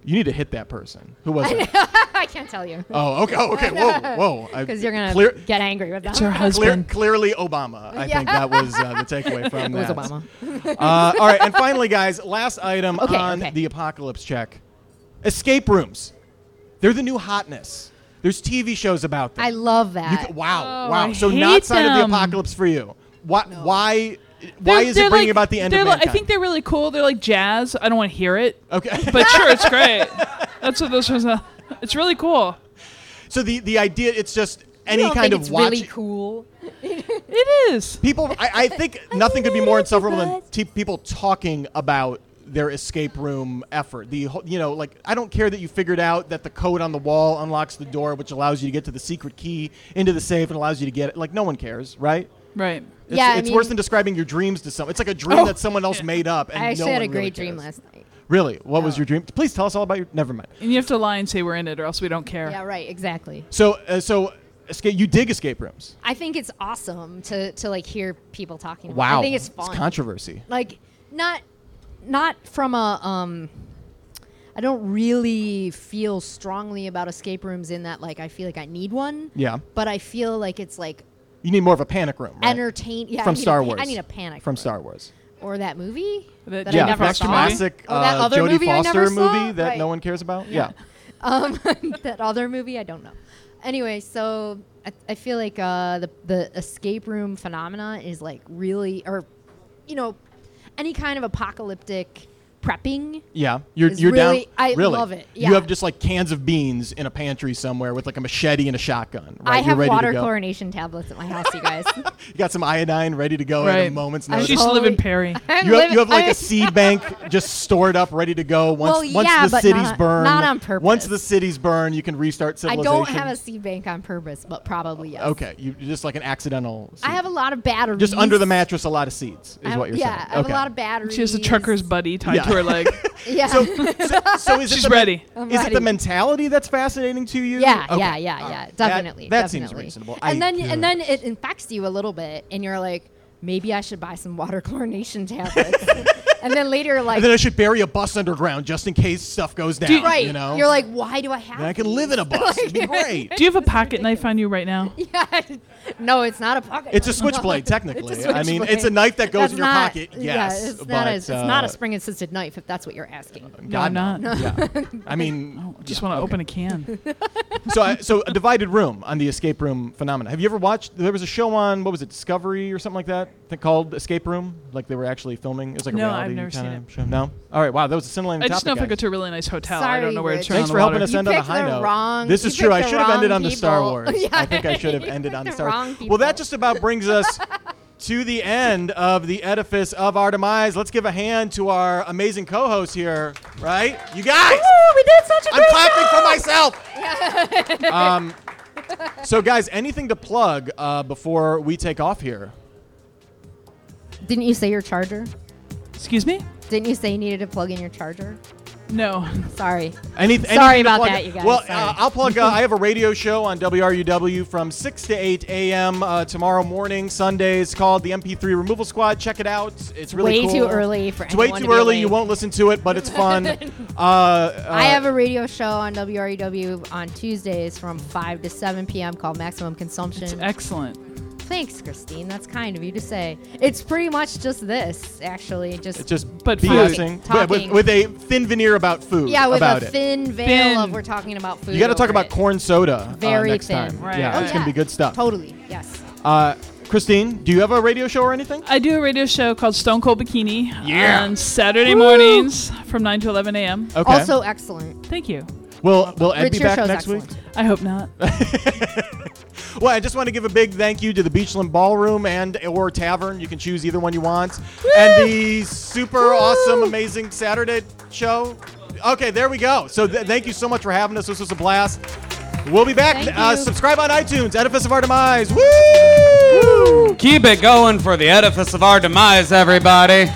S5: You need to hit that person. Who was it?
S4: I can't tell you
S5: Oh, okay, oh, okay. Whoa, whoa. I-
S4: because you're gonna
S5: clear,
S4: get angry with
S3: It's her
S4: them.
S5: clear,
S3: husband.
S5: clearly Obama. I think that was uh, the takeaway from
S4: It was
S5: that.
S4: Obama.
S5: Uh, all right, and finally, guys, last item
S4: Okay,
S5: on
S4: okay.
S5: the apocalypse check: escape rooms. They're the new hotness. There's TV shows about them.
S4: I love
S5: You
S4: that.
S5: ca- wow,
S3: Oh,
S5: wow.
S3: I
S5: so
S3: hate
S5: not sign of the
S3: them.
S5: apocalypse for you. Why? Why?
S3: They're-
S5: Why is
S3: they're
S5: it bringing
S3: like-
S5: about the end
S3: they're
S5: of
S3: like-
S5: mankind?
S3: I think they're really cool. They're like jazz. I don't want to hear it,
S5: Okay.
S3: but sure, it's great. That's what those ones. Are. It's really cool.
S5: so the the idea it's just
S4: You
S5: any
S4: don't
S5: kind
S4: think
S5: of
S4: it's
S5: watch.
S4: really cool.
S3: It is.
S5: People, I, I think nothing could be more
S7: love
S5: insufferable
S7: you
S5: than
S7: guys.
S5: t- people talking about their escape room effort. The whole, you know, like I don't care that you figured out that the code on the wall unlocks the door, which allows you to get to the secret key into the safe and allows you to get it. Like no one cares, right?
S3: Right.
S5: It's,
S4: Yeah, I
S5: it's worse
S4: mean-
S5: than describing your dreams to someone. It's like a dream
S3: Oh.
S5: that someone else made up. And
S4: I actually
S5: no
S4: had
S5: one
S4: a great
S5: really
S4: dream
S5: cares.
S4: last Oh. night.
S5: Really, what was your dream? Please tell us all about your. Never mind.
S3: And you have to lie and say we're in it, or else we don't care.
S4: Yeah, right. Exactly.
S5: So, uh, so escape. You dig escape rooms.
S4: I think it's awesome to to like hear people talking. About
S5: Wow,
S4: it. I think it's fun.
S5: controversy.
S4: like not not from a um. I don't really feel strongly about escape rooms in that like I feel like I need one.
S5: Yeah.
S4: But I feel like it's like
S5: You need more of a panic room. Right?
S4: entertain. Yeah. I
S5: from
S4: need a
S5: Star
S4: pa-
S5: Wars.
S4: I need a panic
S5: from
S4: room.
S5: Star Wars.
S4: or that movie
S3: That
S4: that
S3: Jodie
S4: I never
S5: that's
S3: Foster
S4: saw.
S5: classic
S4: oh, that
S5: uh,
S4: other
S5: Jodie
S4: movie I
S5: Foster
S4: never saw?
S5: movie that
S4: Right.
S5: no one cares about. Yeah.
S4: Um, that other movie, I don't know. Anyway, so I, I feel like uh, the the escape room phenomena is like really, or you know, any kind of apocalyptic prepping.
S5: Yeah, you're
S4: It's
S5: you're down.
S4: really- I
S5: really,
S4: love it,
S5: You
S4: yeah.
S5: have just like cans of beans in a pantry somewhere with like a machete and a shotgun. Right?
S4: I
S5: You're
S4: have
S5: ready
S4: water
S5: to go.
S4: chlorination tablets at my house, you guys.
S5: You got some iodine ready to go at Oh, a
S3: Right.
S5: moment's
S4: I
S5: notice.
S3: She used to live in Perry.
S4: I'm
S5: you have,
S4: living-
S5: you have like
S4: I-
S5: a seed bank just stored up, ready to go. Once
S4: Well,
S5: once
S4: yeah,
S5: the
S4: but
S5: cities
S4: not-
S5: burn,
S4: not on purpose.
S5: Once the cities burn, you can restart
S4: I
S5: civilization.
S4: don't have a seed bank on purpose, but probably yes.
S5: Okay, you you're just like an accidental.
S4: I
S5: seed.
S4: have a lot of batteries.
S5: just under the mattress, a lot of seeds is
S4: I have-
S5: what you're
S4: yeah,
S5: saying.
S4: I have
S5: okay.
S4: a lot of batteries.
S3: She has a trucker's buddy tied
S5: Yeah.
S3: to her leg.
S4: Yeah.
S5: So, so, so is it
S3: She's
S5: the men-
S3: ready.
S4: I'm
S5: is it
S4: ready.
S5: the mentality that's fascinating to you?
S4: Yeah,
S5: Okay.
S4: yeah, yeah,
S5: All
S4: yeah.
S5: right. That-
S4: Definitely.
S5: That, seems
S4: definitely.
S5: reasonable.
S4: And
S5: I-
S4: then and then it infects you a little bit, and you're like, maybe I should buy some water chlorination tablets. and then later, like,
S5: And then I should bury a bus underground just in case stuff goes down.
S3: Dude,
S4: right,
S5: You
S4: you
S5: know.
S4: are like, why do I have?
S5: Then I can
S4: these?
S5: live in a bus. It'd be great.
S3: Do you have a pocket knife on you right now?
S4: yeah. No, it's not a pocket.
S5: It's a
S4: knife.
S5: switchblade, technically.
S4: It's a
S5: I mean,
S4: switchblade.
S5: it's a knife that goes
S4: That's
S5: in your
S4: not-
S5: pocket.
S4: yeah,
S5: Yes,
S4: it's not a,
S5: but,
S4: it's not
S5: uh,
S4: a spring-assisted knife, if that's what you're asking.
S3: No, I'm not.
S5: Yeah. I mean,
S3: I just want to open a can.
S5: so I, so a divided room on the escape room phenomena. Have you ever watched? There was a show on what was it, Discovery or something like that, that called Escape Room. Like they were actually filming. It was like a
S3: No, I've
S5: reality
S3: never seen
S5: kinda
S3: it.
S5: show. No. All right. Wow, that was a scintillating
S3: I just know
S5: topic,
S3: if I go
S5: guys.
S3: to a really nice hotel, I
S4: Sorry,
S3: don't know where to
S4: Rich.
S3: turn
S5: Thanks
S3: on
S5: for
S3: the
S5: helping
S3: water.
S5: us
S4: You
S5: end on a
S4: picked
S5: high
S4: the
S5: note.
S4: wrong-
S5: this
S4: you
S5: is true.
S4: picked
S5: I
S4: the
S5: should have ended
S4: wrong
S5: on the Star
S4: people.
S5: Wars.
S4: Yeah.
S5: I think I should have
S4: You
S5: ended
S4: picked
S5: on the
S4: the
S5: Star Wrars.
S4: wrong
S5: Well, that
S4: people.
S5: just about brings us to the end of the edifice of our demise. Let's give a hand to our amazing co-host here, right? You guys.
S7: Woo, we did such a
S5: I'm
S7: great
S5: clapping
S7: job.
S5: for myself. um, so, guys, anything to plug uh, before we take off here?
S4: Didn't you say your charger?
S3: Excuse me?
S4: Didn't you say you needed to plug in your charger?
S3: No.
S4: Sorry.
S5: Any,
S4: Sorry
S5: anything to
S4: about
S5: plug-
S4: that, you guys.
S5: Well, Uh,
S4: Sorry.
S5: I'll plug. Uh, I have a radio show on WRUW from 6 to 8 a.m. Uh, tomorrow morning, Sundays, called the MP3 Removal Squad. Check it out. It's really
S4: way
S5: cool.
S4: too early for
S5: It's way
S4: anyone
S5: too
S4: to be
S5: early. You
S4: awake.
S5: won't listen to it, but it's fun. uh, uh,
S4: I have a radio show on WREW on Tuesdays from 5 to 7 p.m. called Maximum Consumption.
S3: It's excellent.
S4: Thanks, Christine. That's kind of you to say. It's pretty much just this, actually. Just,
S5: It's just
S3: But food.
S5: BSing
S4: Talking.
S5: With, with a thin veneer about food.
S4: yeah, with
S5: about
S4: a
S5: it.
S4: thin veil
S3: Thin.
S4: of we're talking about food.
S5: You got to talk
S4: over
S5: about
S4: it.
S5: corn soda uh,
S4: Very
S5: next
S4: thin.
S5: time.
S3: Right.
S5: Yeah,
S3: Oh,
S5: it's gonna
S4: yeah.
S5: be good stuff.
S4: Totally. Yes.
S5: Uh, Christine, do you have a radio show or anything?
S4: Uh,
S3: I do a radio show called Stone Cold Bikini
S5: Yeah.
S3: on Saturday mornings from 9 to 11 a.m.
S5: Okay.
S4: Also excellent.
S3: Thank you.
S5: Will Will Ed
S4: Rich,
S5: be
S4: your
S5: back
S4: show's
S5: next
S4: excellent.
S5: week?
S3: I hope not.
S5: Well, I just want to give a big thank you to the Beachland Ballroom and or Tavern. You can choose either one you want. And the super awesome, amazing Saturday show. Okay, there we go. So th- thank you so much for having us. This was a blast. We'll be back.
S4: Thank
S5: Uh,
S4: you.
S5: subscribe on iTunes. Edifice of Our Demise. Woo!
S2: Keep it going for the edifice of our demise, everybody. The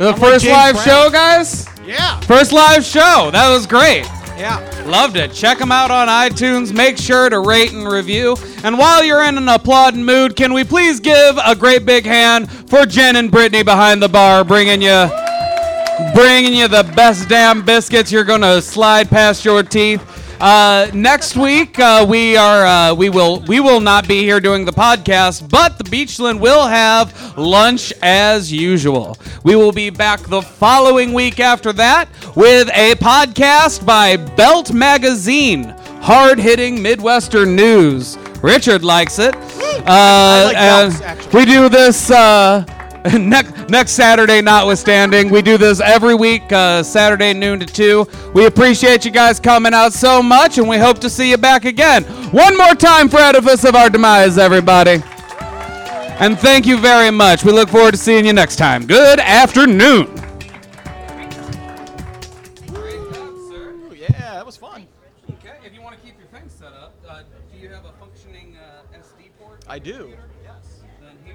S5: I'm like
S2: first
S5: James
S2: live
S5: Brown.
S2: show, guys.
S5: Yeah.
S2: First live show. That was great.
S5: Yeah.
S2: Loved it. Check them out on iTunes. Make sure to rate and review. And while you're in an applauding mood, can we please give a great big hand for Jen and Brittany behind the bar, bringing you, bringing you the best damn biscuits you're gonna slide past your teeth. Uh, next week uh, we are uh, we will we will not be here doing the podcast, but the Beachland will have lunch as usual. We will be back the following week after that with a podcast by Belt Magazine, hard hitting Midwestern news. Richard likes it. Uh,
S5: like belts,
S2: and
S5: actually.
S2: we do this uh, next next Saturday, notwithstanding. We do this every week, uh, Saturday noon to two. We appreciate you guys coming out so much, and we hope to see you back again. One more time for Edifice of Our Demise, everybody. And thank you very much. We look forward to seeing you next time. Good afternoon.
S5: Yeah, that was fun.
S2: Okay, if you want to keep your thing set up, uh, do you have a functioning uh, SD port?
S5: I do.
S2: Yes. Then here.